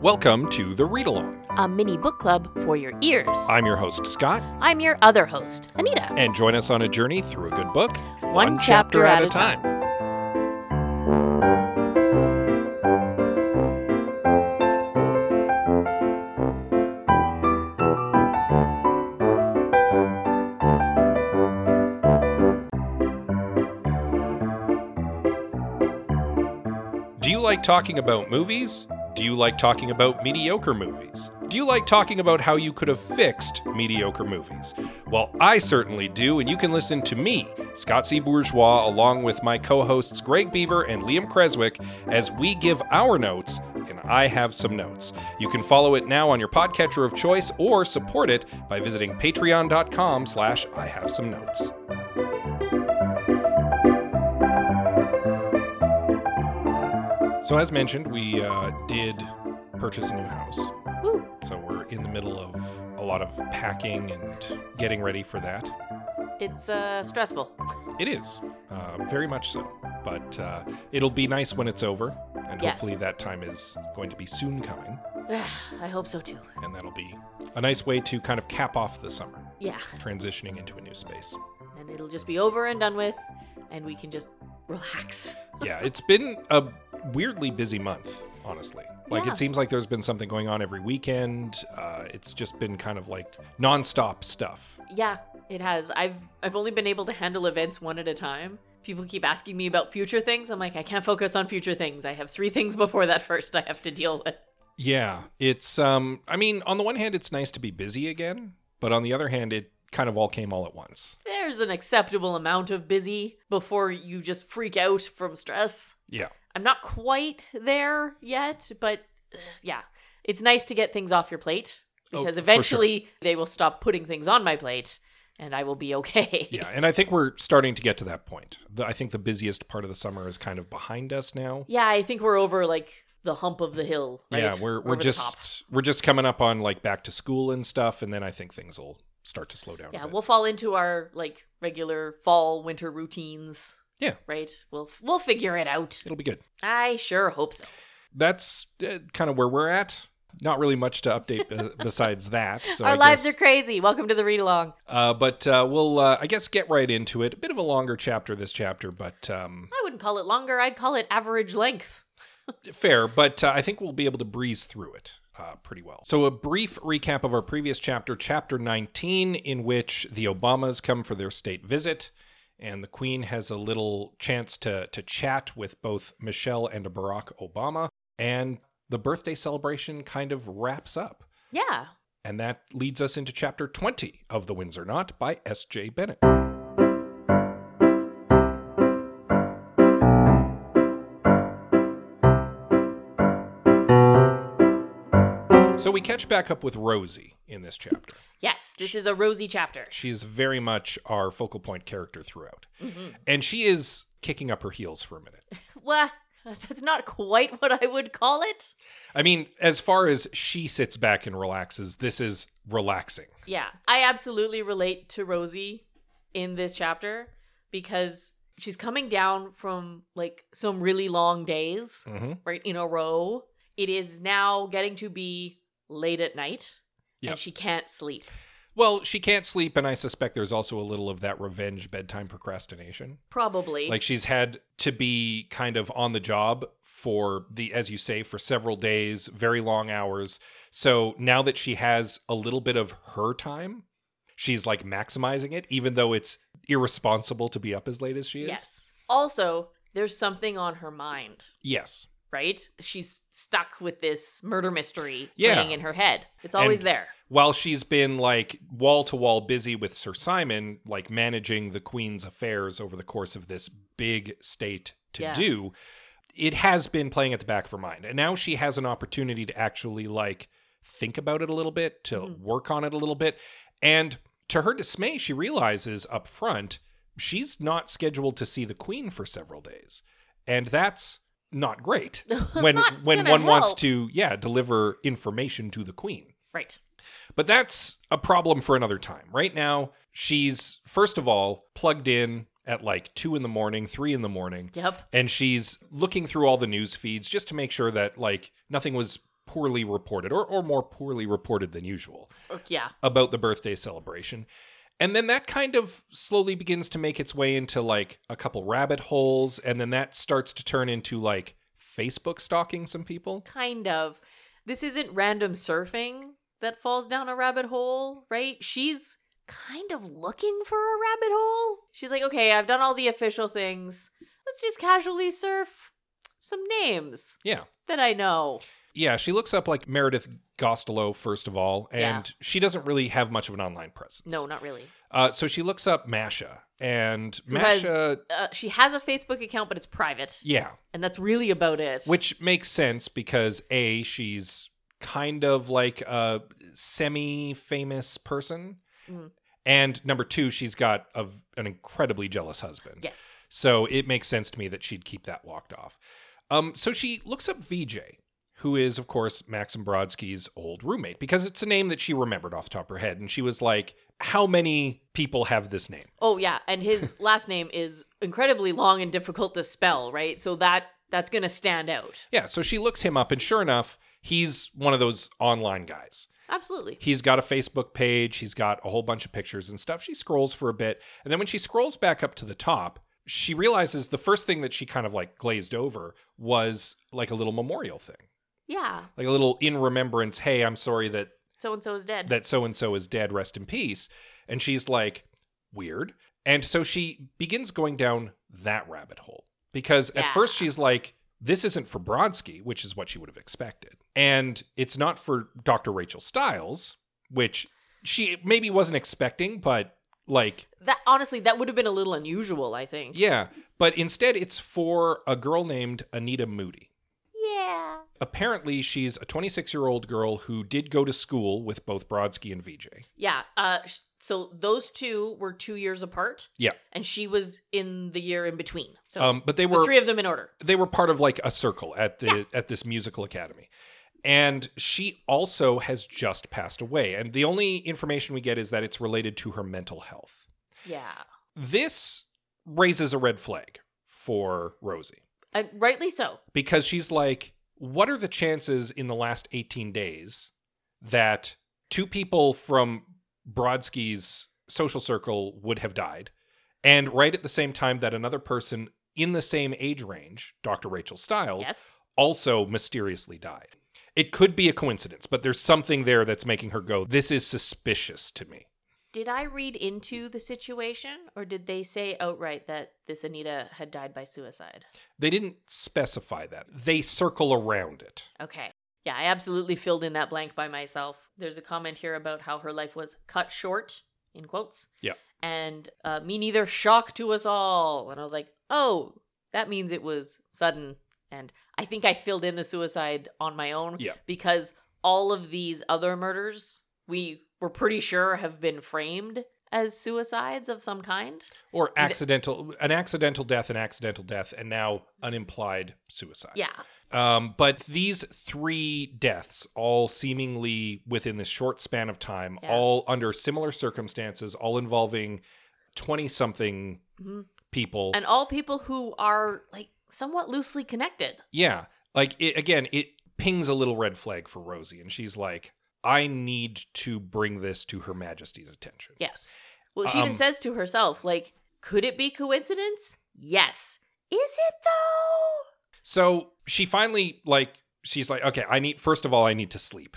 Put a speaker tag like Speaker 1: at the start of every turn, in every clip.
Speaker 1: Welcome to the Read Along.
Speaker 2: a mini book club for your ears.
Speaker 1: I'm your host, Scott,
Speaker 2: I'm your other host, Anita.
Speaker 1: and join us on a journey through a good book, one,
Speaker 2: chapter at a time.
Speaker 1: Do you like talking about movies? Do you like talking about mediocre movies? Do you like talking about how you could have fixed mediocre movies? Well, I certainly do, and you can listen to me, Scott C. Bourgeois, along with my co hosts Greg Beaver and Liam Creswick, as we give our notes, and I have some notes. You can follow it now on your podcatcher of choice or support it by visiting patreon.com slash I have some notes. So, as mentioned, we uh, did purchase a new house.
Speaker 2: Woo.
Speaker 1: So, we're in the middle of a lot of packing and getting ready for that.
Speaker 2: It's uh, stressful.
Speaker 1: It is, uh, very much so. But uh, it'll be nice when it's over. And
Speaker 2: Yes.
Speaker 1: hopefully, that time is going to be soon coming.
Speaker 2: I hope so too.
Speaker 1: And that'll be a nice way to kind of cap off the summer,
Speaker 2: Yeah,
Speaker 1: transitioning into a new space.
Speaker 2: and it'll just be over and done with, and we can just relax.
Speaker 1: yeah, it's been a weirdly busy month, honestly. Like,
Speaker 2: Yeah.
Speaker 1: it seems like there's been something going on every weekend. Uh, it's just been kind of like nonstop stuff.
Speaker 2: Yeah, it has. I've I've only been able to handle events one at a time. People keep asking me about future things. I'm like, I can't focus on future things. I have three things before that first I have to deal with.
Speaker 1: Yeah, it's, um, I mean, on the one hand, it's nice to be busy again, but on the other hand, it kind of all came all at once.
Speaker 2: There's an acceptable amount of busy before you just freak out from stress.
Speaker 1: Yeah.
Speaker 2: I'm not quite there yet, but uh, yeah, it's nice to get things off your plate
Speaker 1: Oh,
Speaker 2: because
Speaker 1: for sure.
Speaker 2: eventually they will stop putting things on my plate and I will be okay.
Speaker 1: Yeah, and I think we're starting to get to that point. The, I think the busiest part of the summer is kind of behind us now.
Speaker 2: Yeah, I think we're over like the hump of the hill. Right?
Speaker 1: Yeah, we're
Speaker 2: Over
Speaker 1: we're
Speaker 2: the top.
Speaker 1: just we're just coming up on like back to school and stuff, and then I think things will start to slow down. a
Speaker 2: Yeah,
Speaker 1: bit.
Speaker 2: we'll fall into our like regular fall winter routines.
Speaker 1: Yeah.
Speaker 2: Right? We'll we'll figure it out.
Speaker 1: it'll be good.
Speaker 2: I sure hope so.
Speaker 1: That's uh, kind of where we're at. Not really much to update be- besides that. So
Speaker 2: our
Speaker 1: I
Speaker 2: lives
Speaker 1: guess-
Speaker 2: are crazy. Welcome to the read along.
Speaker 1: Uh, but uh, we'll, uh, I guess, get right into it. A bit of a longer chapter this chapter, but um,
Speaker 2: I wouldn't call it longer, I'd call it average length.
Speaker 1: Fair, but uh, I think we'll be able to breeze through it uh, pretty well. So, a brief recap of our previous chapter, chapter 19, in which the Obamas come for their state visit, and the Queen has a little chance to, to chat with both Michelle and Barack Obama, and the birthday celebration kind of wraps up.
Speaker 2: Yeah.
Speaker 1: And that leads us into chapter 20 of The Winds Are Not by S.J. Bennett. So we catch back up with Rosie in this chapter.
Speaker 2: Yes, this is a rosy chapter.
Speaker 1: She is very much our focal point character throughout.
Speaker 2: hmm
Speaker 1: And she is kicking up her heels for a minute.
Speaker 2: Well, that's not quite what I would call it.
Speaker 1: I mean, as far as she sits back and relaxes, this is relaxing.
Speaker 2: Yeah, I absolutely relate to Rosie in this chapter because she's coming down from like some really long days,
Speaker 1: Mm-hmm.
Speaker 2: right, in a row. It is now getting to be late at night
Speaker 1: Yeah.
Speaker 2: and she can't sleep.
Speaker 1: Well, she can't sleep, and I suspect there's also a little of that revenge bedtime procrastination.
Speaker 2: Probably.
Speaker 1: Like she's had to be kind of on the job for the, as you say, for several days, very long hours. So now that she has a little bit of her time, she's like maximizing it, even though it's irresponsible to be up as late as she is.
Speaker 2: yes. Also, there's something on her mind,
Speaker 1: Yes.
Speaker 2: right? She's stuck with this murder mystery
Speaker 1: Yeah.
Speaker 2: playing in her head. It's always
Speaker 1: And-
Speaker 2: there.
Speaker 1: While she's been like wall to wall busy with Sir Simon, like managing the Queen's affairs over the course of this big state to
Speaker 2: Yeah.
Speaker 1: do, it has been playing at the back of her mind. And now she has an opportunity to actually like think about it a little bit, to
Speaker 2: Mhm.
Speaker 1: work on it a little bit. And to her dismay, she realizes up front she's not scheduled to see the Queen for several days. And that's not great
Speaker 2: It's
Speaker 1: when
Speaker 2: not
Speaker 1: when
Speaker 2: gonna
Speaker 1: one wants
Speaker 2: help.
Speaker 1: to yeah deliver information to the queen
Speaker 2: Right.
Speaker 1: but that's a problem for another time. Right now, she's, first of all, plugged in at like two in the morning, three in the morning,
Speaker 2: Yep.
Speaker 1: and she's looking through all the news feeds just to make sure that like nothing was poorly reported, or, or more poorly reported than usual,
Speaker 2: Oh, yeah.
Speaker 1: about the birthday celebration. And then that kind of slowly begins to make its way into like a couple rabbit holes. And then that starts to turn into like Facebook stalking some people.
Speaker 2: kind of this isn't random surfing that falls down a rabbit hole right she's kind of looking for a rabbit hole she's like okay i've done all the official things let's just casually surf some names
Speaker 1: Yeah.
Speaker 2: that i know
Speaker 1: Yeah, she looks up like Meredith Gostelow, first of all, and she doesn't really have much of an online presence.
Speaker 2: no not really
Speaker 1: Uh, so she looks up Masha, and
Speaker 2: Who has-
Speaker 1: Masha,
Speaker 2: uh, she has a facebook account but it's private
Speaker 1: yeah,
Speaker 2: and that's really about it
Speaker 1: which makes sense because A, she's kind of like a semi famous person.
Speaker 2: Mm.
Speaker 1: And number two, she's got a, an incredibly jealous husband.
Speaker 2: yes
Speaker 1: So it makes sense to me that she'd keep that locked off. Um, so she looks up VJ, who is, of course, Maxim Brodsky's old roommate, because it's a name that she remembered off the top of her head. And she was like, How many people have this name?
Speaker 2: oh yeah and his last name is incredibly long and difficult to spell right so that that's gonna stand out
Speaker 1: Yeah, so she looks him up, and sure enough, he's one of those online guys.
Speaker 2: absolutely
Speaker 1: He's got a Facebook page, he's got a whole bunch of pictures and stuff. She scrolls for a bit, and then when she scrolls back up to the top, she realizes the first thing that she kind of like glazed over was like a little memorial thing.
Speaker 2: yeah
Speaker 1: like a little in remembrance hey i'm sorry that
Speaker 2: so and so is dead
Speaker 1: that so and so is dead rest in peace and she's like weird and so she begins going down that rabbit hole because
Speaker 2: Yeah.
Speaker 1: at first she's like this isn't for brodsky which is what she would have expected and it's not for dr rachel stiles which she maybe wasn't expecting but like
Speaker 2: That honestly, that would have been a little unusual, I think.
Speaker 1: yeah but instead it's for a girl named anita moody
Speaker 2: Yeah.
Speaker 1: apparently she's a 26 year old girl who did go to school with both Brodsky and VJ.
Speaker 2: Yeah. Uh, sh- so those two were two years apart.
Speaker 1: Yeah.
Speaker 2: And she was in the year in between. So
Speaker 1: Um, but they
Speaker 2: the
Speaker 1: were
Speaker 2: three of them in order.
Speaker 1: they were part of like a circle at the
Speaker 2: Yeah.
Speaker 1: at this musical academy. And she also has just passed away. And the only information we get is that it's related to her mental health.
Speaker 2: Yeah.
Speaker 1: This raises a red flag for Rosie
Speaker 2: And rightly so.
Speaker 1: because she's like, what are the chances in the last 18 days that two people from Brodsky's social circle would have died? And right at the same time that another person in the same age range, Dr. Rachel Stiles,
Speaker 2: Yes.
Speaker 1: also mysteriously died. It could be a coincidence, but there's something there that's making her go, this is suspicious to me.
Speaker 2: Did I read into the situation or did they say outright that this Anita had died by suicide?
Speaker 1: They didn't specify that, they circle around it.
Speaker 2: Okay. Yeah, I absolutely filled in that blank by myself. There's a comment here about how her life was cut short, in quotes.
Speaker 1: Yeah.
Speaker 2: And uh, me neither, shock to us all. And I was like, oh, that means it was sudden. And I think I filled in the suicide on my own
Speaker 1: Yeah.
Speaker 2: because all of these other murders we were pretty sure have been framed as suicides of some kind.
Speaker 1: or accidental an accidental death an accidental death and now an implied suicide
Speaker 2: Yeah.
Speaker 1: um but these three deaths all seemingly within this short span of time
Speaker 2: Yeah.
Speaker 1: all under similar circumstances all involving 20 something
Speaker 2: Mhm.
Speaker 1: people
Speaker 2: And all people who are like somewhat loosely connected.
Speaker 1: yeah like it, again it pings a little red flag for rosie and she's like i need to bring this to her majesty's attention
Speaker 2: Yes. Well, she
Speaker 1: Um,
Speaker 2: even says to herself, like, could it be coincidence? Yes. Is it though?
Speaker 1: so she finally like she's like okay i need first of all i need to sleep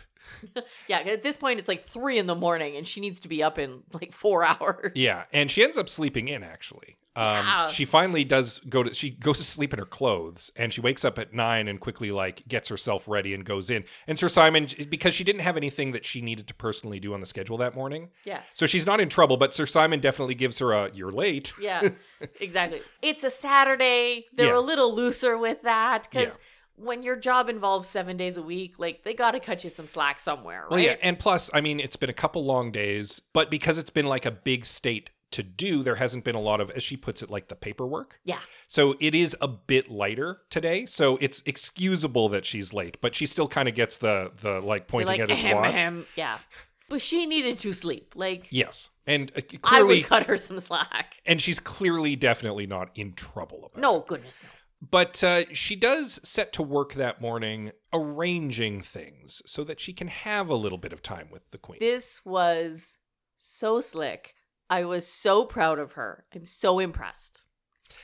Speaker 2: Yeah, at this point it's like three in the morning and she needs to be up in like four hours.
Speaker 1: Yeah, and she ends up sleeping in actually. Um,
Speaker 2: Yeah.
Speaker 1: She finally does go to she goes to sleep in her clothes, and she wakes up at nine and quickly like gets herself ready and goes in. And Sir Simon, because she didn't have anything that she needed to personally do on the schedule that morning,
Speaker 2: Yeah.
Speaker 1: so she's not in trouble. But Sir Simon definitely gives her a "you're late."
Speaker 2: Yeah. exactly. It's a Saturday. They're
Speaker 1: Yeah.
Speaker 2: a little looser with that because when your job involves seven days a week, like they got to cut you some slack somewhere, right?
Speaker 1: Well, yeah, and plus, I mean, it's been a couple long days, but because it's been like a big state to do, there hasn't been a lot of, as she puts it, like the paperwork.
Speaker 2: Yeah.
Speaker 1: So it is a bit lighter today, so it's excusable that she's late, but she still kind of gets the the like
Speaker 2: They're
Speaker 1: pointing
Speaker 2: like,
Speaker 1: at his
Speaker 2: ahem,
Speaker 1: watch.
Speaker 2: ahem. Yeah. But she needed to sleep. Like,
Speaker 1: Yes, and uh,
Speaker 2: I
Speaker 1: clearly,
Speaker 2: would cut her some slack.
Speaker 1: and she's clearly definitely not in trouble about. it.
Speaker 2: No, goodness, no.
Speaker 1: But uh, she does set to work that morning arranging things so that she can have a little bit of time with the queen.
Speaker 2: This was so slick. I was so proud of her. I'm so impressed.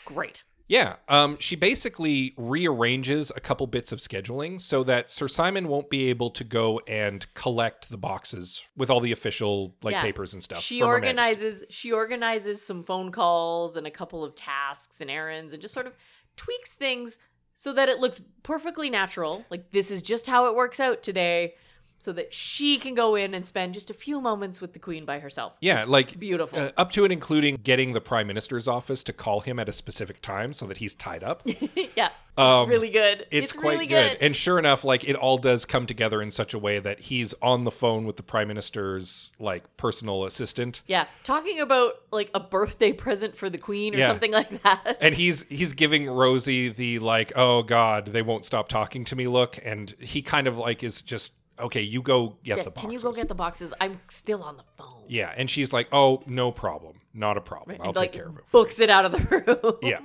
Speaker 2: Great.
Speaker 1: Yeah, um, she basically rearranges a couple bits of scheduling so that Sir Simon won't be able to go and collect the boxes with all the official like
Speaker 2: Yeah.
Speaker 1: papers and stuff.
Speaker 2: she
Speaker 1: from Her Majesty.
Speaker 2: organizes she organizes some phone calls and a couple of tasks and errands and just sort of tweaks things so that it looks perfectly natural. Like this is just how it works out today so that she can go in and spend just a few moments with the queen by herself.
Speaker 1: Yeah,
Speaker 2: It's
Speaker 1: like,
Speaker 2: beautiful.
Speaker 1: Uh, up to and including getting the prime minister's office to call him at a specific time so that he's tied up. It's,
Speaker 2: yeah.
Speaker 1: um,
Speaker 2: It's really good.
Speaker 1: it's quite
Speaker 2: really
Speaker 1: good. And sure enough, like it all does come together in such a way that he's on the phone with the prime minister's like personal assistant.
Speaker 2: Yeah, talking about like a birthday present for the queen or
Speaker 1: Yeah.
Speaker 2: something like that.
Speaker 1: And he's he's giving Rosie the like, oh God, they won't stop talking to me look. And he kind of like is just okay, you go get
Speaker 2: Yeah,
Speaker 1: the boxes.
Speaker 2: can you go get the boxes? I'm still on the phone.
Speaker 1: Yeah. And she's like, Oh, no problem. Not a problem. I'll
Speaker 2: And, like, mm-hmm.
Speaker 1: take care of it.
Speaker 2: Books it out of the room.
Speaker 1: Yeah.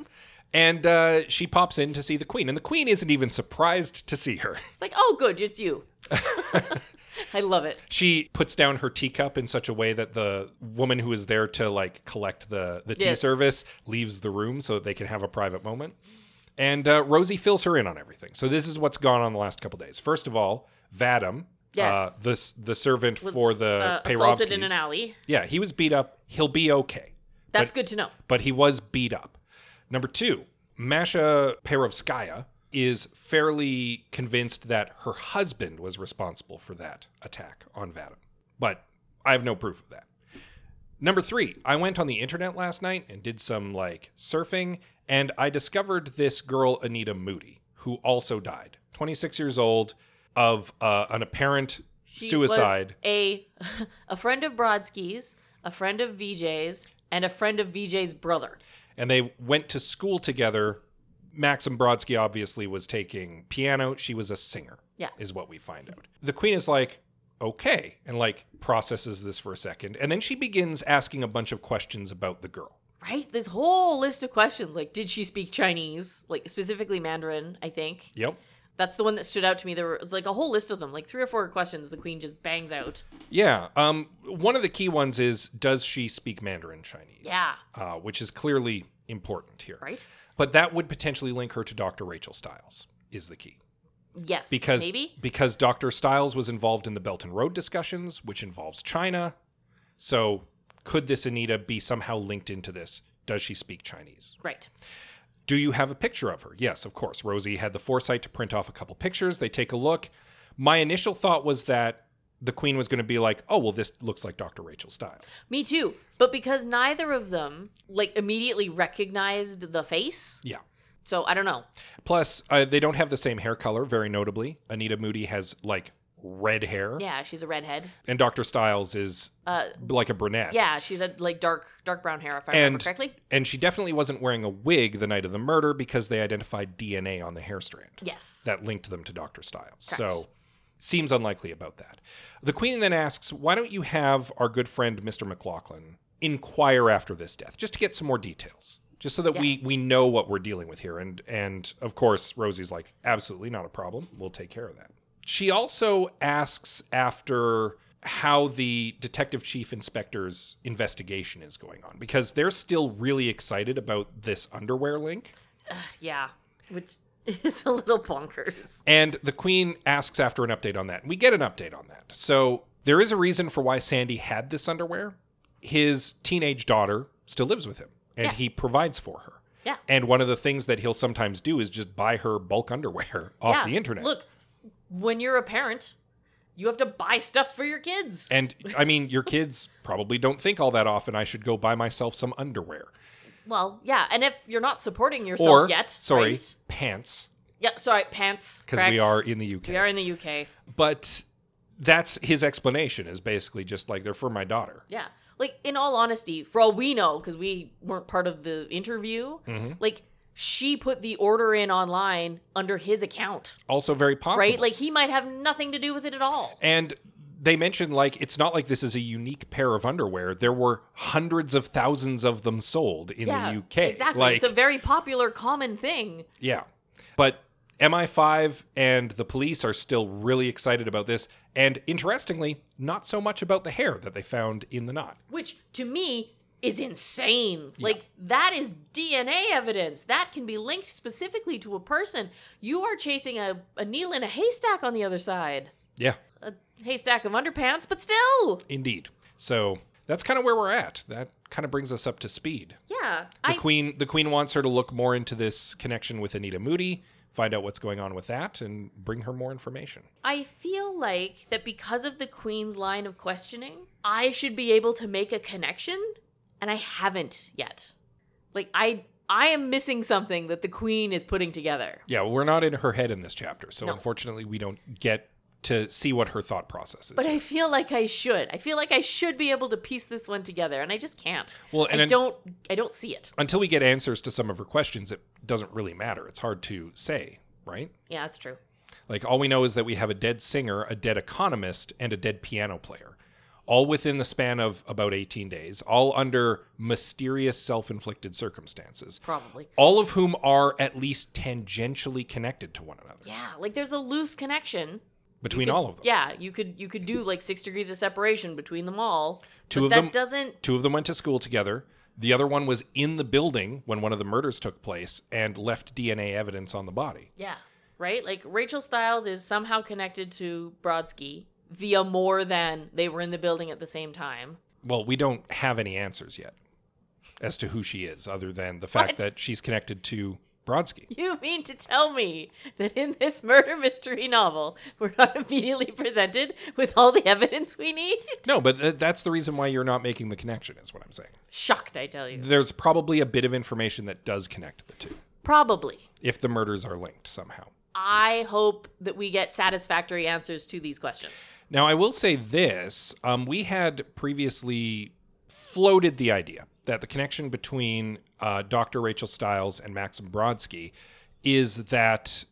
Speaker 1: And uh, she pops in to see the queen, and the queen isn't even surprised to see her.
Speaker 2: It's like, oh, good, it's you. I love it.
Speaker 1: She puts down her teacup in such a way that the woman who is there to like collect the the tea
Speaker 2: Yes.
Speaker 1: service leaves the room so that they can have a private moment. And uh, Rosie fills her in on everything. So this is what's gone on the last couple days. First of all, Vadim, uh,
Speaker 2: Yes.
Speaker 1: the s- the servant
Speaker 2: Was,
Speaker 1: for the
Speaker 2: uh,
Speaker 1: Peyrovskis.
Speaker 2: assaulted in an alley.
Speaker 1: Yeah, he was beat up. He'll be okay,
Speaker 2: That's good to know.
Speaker 1: but he was beat up. Number two, Masha Perovskaya is fairly convinced that her husband was responsible for that attack on Vadim, but I have no proof of that. Number three, I went on the internet last night and did some like surfing, and I discovered this girl, Anita Moody, who also died, 26 years old, of uh, an apparent
Speaker 2: She
Speaker 1: suicide.
Speaker 2: was a a friend of Brodsky's, a friend of VJ's, and a friend of VJ's brother.
Speaker 1: and they went to school together. Maxim Brodsky obviously was taking piano. She was a singer,
Speaker 2: Yeah.
Speaker 1: is what we find out. The queen is like, okay, and like processes this for a second. And then she begins asking a bunch of questions about the girl.
Speaker 2: Right? This whole list of questions, like, did she speak Chinese? Like specifically Mandarin, I think.
Speaker 1: Yep.
Speaker 2: That's the one that stood out to me. There was like a whole list of them, like three or four questions the queen just bangs out.
Speaker 1: Yeah. Um, one of the key ones is does she speak Mandarin Chinese?
Speaker 2: Yeah.
Speaker 1: Uh, which is clearly important here.
Speaker 2: Right?
Speaker 1: But that would potentially link her to Dr. Rachel Stiles, is the key.
Speaker 2: Yes.
Speaker 1: because
Speaker 2: maybe?
Speaker 1: because Dr. Stiles was involved in the Belt and Road discussions, which involves China. So could this Anita be somehow linked into this? Does she speak Chinese?
Speaker 2: Right.
Speaker 1: Do you have a picture of her? Yes, of course. Rosie had the foresight to print off a couple pictures. They take a look. My initial thought was that the queen was going to be like, "Oh, well this looks like Dr. Rachel Stiles."
Speaker 2: Me too. But because neither of them like immediately recognized the face,
Speaker 1: Yeah.
Speaker 2: so I don't know.
Speaker 1: Plus, uh, they don't have the same hair color, very notably. Anita Moody has like red hair,
Speaker 2: Yeah, she's a redhead.
Speaker 1: and Dr. Stiles is
Speaker 2: Uh,
Speaker 1: like a brunette.
Speaker 2: yeah, she had like dark dark brown hair if I
Speaker 1: And-
Speaker 2: remember correctly.
Speaker 1: And she definitely wasn't wearing a wig the night of the murder because they identified DNA on the hair strand
Speaker 2: Yes.
Speaker 1: that linked them to Dr. Stiles.
Speaker 2: Correct.
Speaker 1: So seems unlikely about that. The queen then asks, "Why don't you have our good friend Mr. McLaughlin inquire after this death just to get some more details?" Just so that we we know what we're dealing with here and and of course Rosie's like, "Absolutely not a problem. We'll take care of that." She also asks after how the detective chief inspector's investigation is going on because they're still really excited about this underwear link.
Speaker 2: Yeah, which is a little bonkers.
Speaker 1: And the Queen asks after an update on that. And we get an update on that. So there is a reason for why Sandy had this underwear. His teenage daughter still lives with him and
Speaker 2: Yeah.
Speaker 1: he provides for her.
Speaker 2: Yeah.
Speaker 1: And one of the things that he'll sometimes do is just buy her bulk underwear off
Speaker 2: yeah.
Speaker 1: the internet.
Speaker 2: Look, when you're a parent, you have to buy stuff for your kids.
Speaker 1: And I mean, your kids probably don't think all that often I should go buy myself some underwear.
Speaker 2: Well, yeah, and if you're not supporting yourself
Speaker 1: or,
Speaker 2: yet,
Speaker 1: sorry,
Speaker 2: right?
Speaker 1: pants,
Speaker 2: Yeah, sorry, pants.
Speaker 1: because
Speaker 2: correct.
Speaker 1: we are in the UK.
Speaker 2: we are in the UK.
Speaker 1: But that's his explanation is basically just like, they're for my daughter.
Speaker 2: Yeah. Like, in all honesty, for all we know, because we weren't part of the interview,
Speaker 1: Mm-hmm.
Speaker 2: like, she put the order in online under his account,
Speaker 1: Also, very possible.
Speaker 2: right? Like, he might have nothing to do with it at all.
Speaker 1: And they mentioned like it's not like this is a unique pair of underwear. There were hundreds of thousands of them sold in
Speaker 2: yeah,
Speaker 1: the UK.
Speaker 2: Exactly.
Speaker 1: Like,
Speaker 2: it's a very popular, common thing.
Speaker 1: yeah. But MI5 and the police are still really excited about this. And interestingly, not so much about the hair that they found in the knot.
Speaker 2: which to me is insane. Like that is DNA evidence that can be linked specifically to a person. You are chasing a, a needle in a haystack on the other side,
Speaker 1: Yeah,
Speaker 2: a haystack of underpants, but still,
Speaker 1: indeed. So that's kind of where we're at. That kind of brings us up to speed.
Speaker 2: yeah.
Speaker 1: The
Speaker 2: I
Speaker 1: queen the queen wants her to look more into this connection with Anita Moody, find out what's going on with that and bring her more information.
Speaker 2: I feel like that because of the queen's line of questioning, I should be able to make a connection, and I haven't yet. Like I I am missing something that the queen is putting together.
Speaker 1: Yeah, well, we're not in her head in this chapter, so
Speaker 2: No.
Speaker 1: unfortunately we don't get to see what her thought process is.
Speaker 2: But I feel like I should. I feel like I should be able to piece this one together, and I just can't.
Speaker 1: well, and
Speaker 2: I
Speaker 1: un-
Speaker 2: don't. I don't see it.
Speaker 1: until we get answers to some of her questions, it doesn't really matter. It's hard to say, right?
Speaker 2: Yeah, that's true.
Speaker 1: Like all we know is that we have a dead singer, a dead economist, and a dead piano player. All within the span of about 18 days, all under mysterious self inflicted circumstances.
Speaker 2: Probably.
Speaker 1: all of whom are at least tangentially connected to one another
Speaker 2: Yeah, like there's a loose connection.
Speaker 1: between
Speaker 2: Could-
Speaker 1: all of them.
Speaker 2: Yeah, you could you could do like six degrees of separation between them all.
Speaker 1: Two
Speaker 2: but
Speaker 1: of
Speaker 2: that
Speaker 1: them-
Speaker 2: doesn't.
Speaker 1: Two of them went to school together. The other one was in the building when one of the murders took place and left DNA evidence on the body.
Speaker 2: Yeah, right. Like Rachel Stiles is somehow connected to Brodsky via more than they were in the building at the same time.
Speaker 1: Well, we don't have any answers yet as to who she is, other than the fact
Speaker 2: What?
Speaker 1: that she's connected to Brodsky.
Speaker 2: You mean to tell me that in this murder mystery novel, we're not immediately presented with all the evidence we need?
Speaker 1: No, but th- that's the reason why you're not making the connection, is what I'm saying.
Speaker 2: Shocked, I tell you.
Speaker 1: There's probably a bit of information that does connect the two
Speaker 2: Probably.
Speaker 1: if the murders are linked somehow.
Speaker 2: I hope that we get satisfactory answers to these questions.
Speaker 1: Now, I will say this um, we had previously floated the idea that the connection between uh, Dr. Rachel Stiles and Maxim Brodsky is that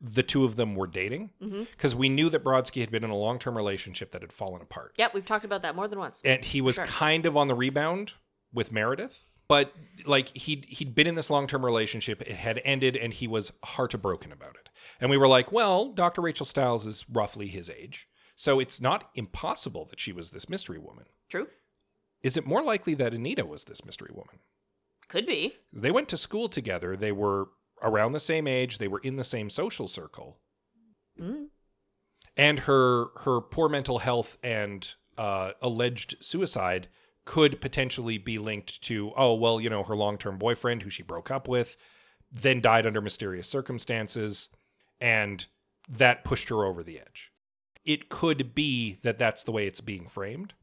Speaker 1: the two of them were dating because we knew that Brodsky had been in a long term relationship that had fallen apart.
Speaker 2: Yep, we've talked about that more than once.
Speaker 1: And he was
Speaker 2: Sure.
Speaker 1: kind of on the rebound with Meredith. But like he'd he'd been in this long term relationship, it had ended, and he was heartbroken about it. And we were like, well, Dr. Rachel Stiles is roughly his age, so it's not impossible that she was this mystery woman.
Speaker 2: True.
Speaker 1: Is it more likely that Anita was this mystery woman?
Speaker 2: Could be.
Speaker 1: They went to school together. They were around the same age. They were in the same social circle.
Speaker 2: Mm.
Speaker 1: and her her poor mental health and uh, alleged suicide could potentially be linked to oh well you know her long term boyfriend who she broke up with then died under mysterious circumstances and that pushed her over the edge it could be that that's the way it's being framed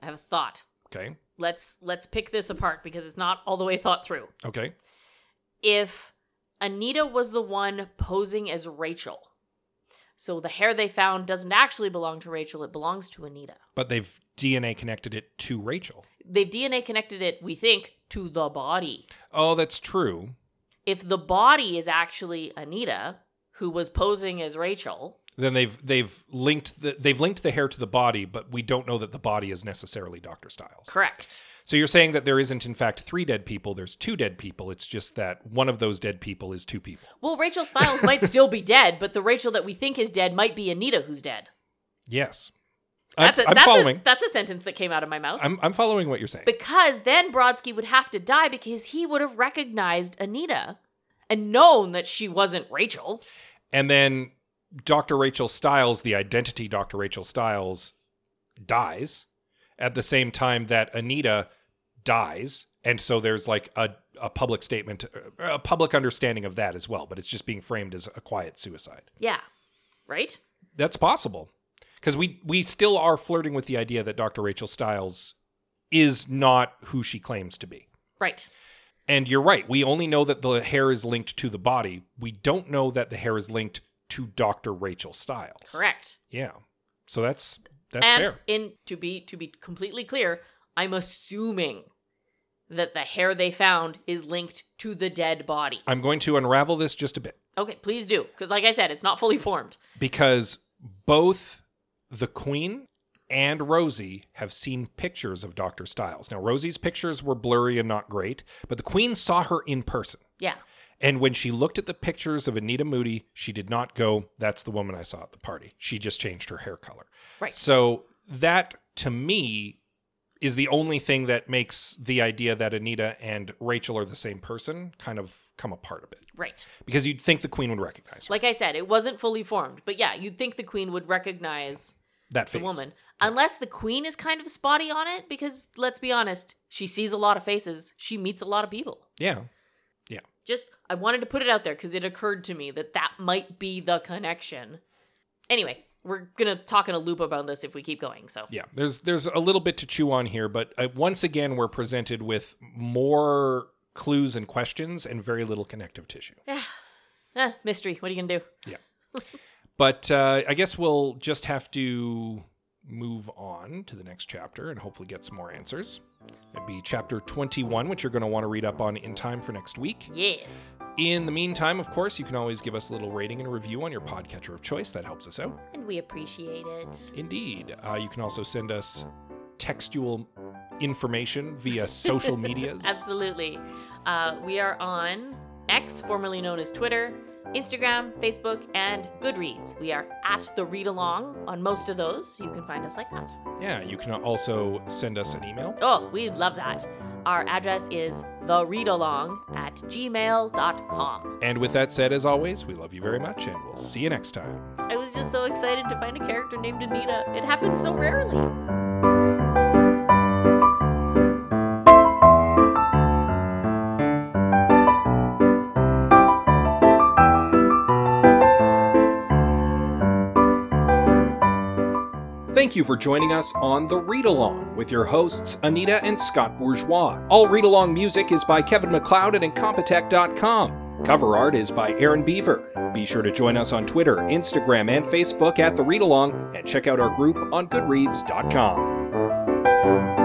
Speaker 2: I have a thought.
Speaker 1: okay
Speaker 2: Let's let's pick this apart because it's not all the way thought through.
Speaker 1: okay
Speaker 2: If Anita was the one posing as Rachel, so the hair they found doesn't actually belong to Rachel, it belongs to Anita.
Speaker 1: but they've dna connected it to rachel
Speaker 2: They've DNA connected it, we think, to the body.
Speaker 1: oh that's true
Speaker 2: If the body is actually Anita, who was posing as Rachel,
Speaker 1: then they've they've linked the, they've linked the hair to the body but we don't know that the body is necessarily dr styles
Speaker 2: correct.
Speaker 1: So you're saying that there isn't, in fact, three dead people. There's two dead people. It's just that one of those dead people is two people.
Speaker 2: Well, Rachel Stiles might still be dead, but the Rachel that we think is dead might be Anita who's dead.
Speaker 1: Yes,
Speaker 2: That's
Speaker 1: I'm,
Speaker 2: a,
Speaker 1: I'm
Speaker 2: that's
Speaker 1: following.
Speaker 2: A, that's a sentence that came out of my mouth.
Speaker 1: I'm, I'm following what you're saying.
Speaker 2: because then Brodsky would have to die because he would have recognized Anita and known that she wasn't Rachel.
Speaker 1: and then Dr. Rachel Stiles, the identity Dr. Rachel Stiles, dies at the same time that Anita dies, and so there's like a a public statement, a public understanding of that as well. But it's just being framed as a quiet suicide.
Speaker 2: Yeah. Right?
Speaker 1: That's possible. Because we we still are flirting with the idea that Dr. Rachel Stiles is not who she claims to be.
Speaker 2: Right.
Speaker 1: And you're right. We only know that the hair is linked to the body. We don't know that the hair is linked to Dr. Rachel Stiles.
Speaker 2: Correct.
Speaker 1: Yeah. So that's that's
Speaker 2: and
Speaker 1: fair.
Speaker 2: in to be to be completely clear, I'm assuming that the hair they found is linked to the dead body.
Speaker 1: I'm going to unravel this just a bit
Speaker 2: Okay, please do, because like I said, it's not fully formed.
Speaker 1: because both the queen and Rosie have seen pictures of Dr. Styles. Now, Rosie's pictures were blurry and not great, but the Queen saw her in person.
Speaker 2: Yeah.
Speaker 1: And when she looked at the pictures of Anita Moody, she did not go, that's the woman I saw at the party. She just changed her hair color.
Speaker 2: Right.
Speaker 1: So that to me is the only thing that makes the idea that Anita and Rachel are the same person kind of come apart a bit.
Speaker 2: Right.
Speaker 1: Because you'd think the Queen would recognize her,
Speaker 2: Like I said, it wasn't fully formed, but yeah, you'd think the queen would recognize
Speaker 1: that
Speaker 2: the
Speaker 1: face.
Speaker 2: woman. Unless the queen is kind of spotty on it, because let's be honest, she sees a lot of faces, she meets a lot of people.
Speaker 1: Yeah.
Speaker 2: Just, I wanted to put it out there because it occurred to me that that might be the connection. Anyway, we're going to talk in a loop about this if we keep going. So,
Speaker 1: Yeah, there's there's a little bit to chew on here, but uh, once again we're presented with more clues and questions and very little connective tissue.
Speaker 2: eh, mystery. What are you going to do?
Speaker 1: But uh, I guess we'll just have to move on to the next chapter and hopefully get some more answers. It'd be chapter 21, which you're going to want to read up on in time for next week.
Speaker 2: Yes.
Speaker 1: In the meantime, of course, you can always give us a little rating and a review on your podcatcher of choice. That helps us out.
Speaker 2: And we appreciate it.
Speaker 1: Indeed. Uh, you can also send us textual information via social medias.
Speaker 2: Absolutely. Uh, we are on X, formerly known as Twitter, Instagram, Facebook, and Goodreads. We are at the read along on most of those. You can find us like that.
Speaker 1: Yeah, you can also send us an email.
Speaker 2: Oh, we'd love that. Our address is thereadalong at gmail.com.
Speaker 1: And with that said, as always, we love you very much and we'll see you next time.
Speaker 2: I was just so excited to find a character named Anita. It happens so rarely.
Speaker 1: Thank you for joining us on The Read Along with your hosts, Anita and Scott Bourgeois. All read along music is by Kevin McLeod at Incompetech.com. Cover art is by Aaron Beaver. Be sure to join us on Twitter, Instagram, and Facebook at The Read Along and check out our group on Goodreads.com.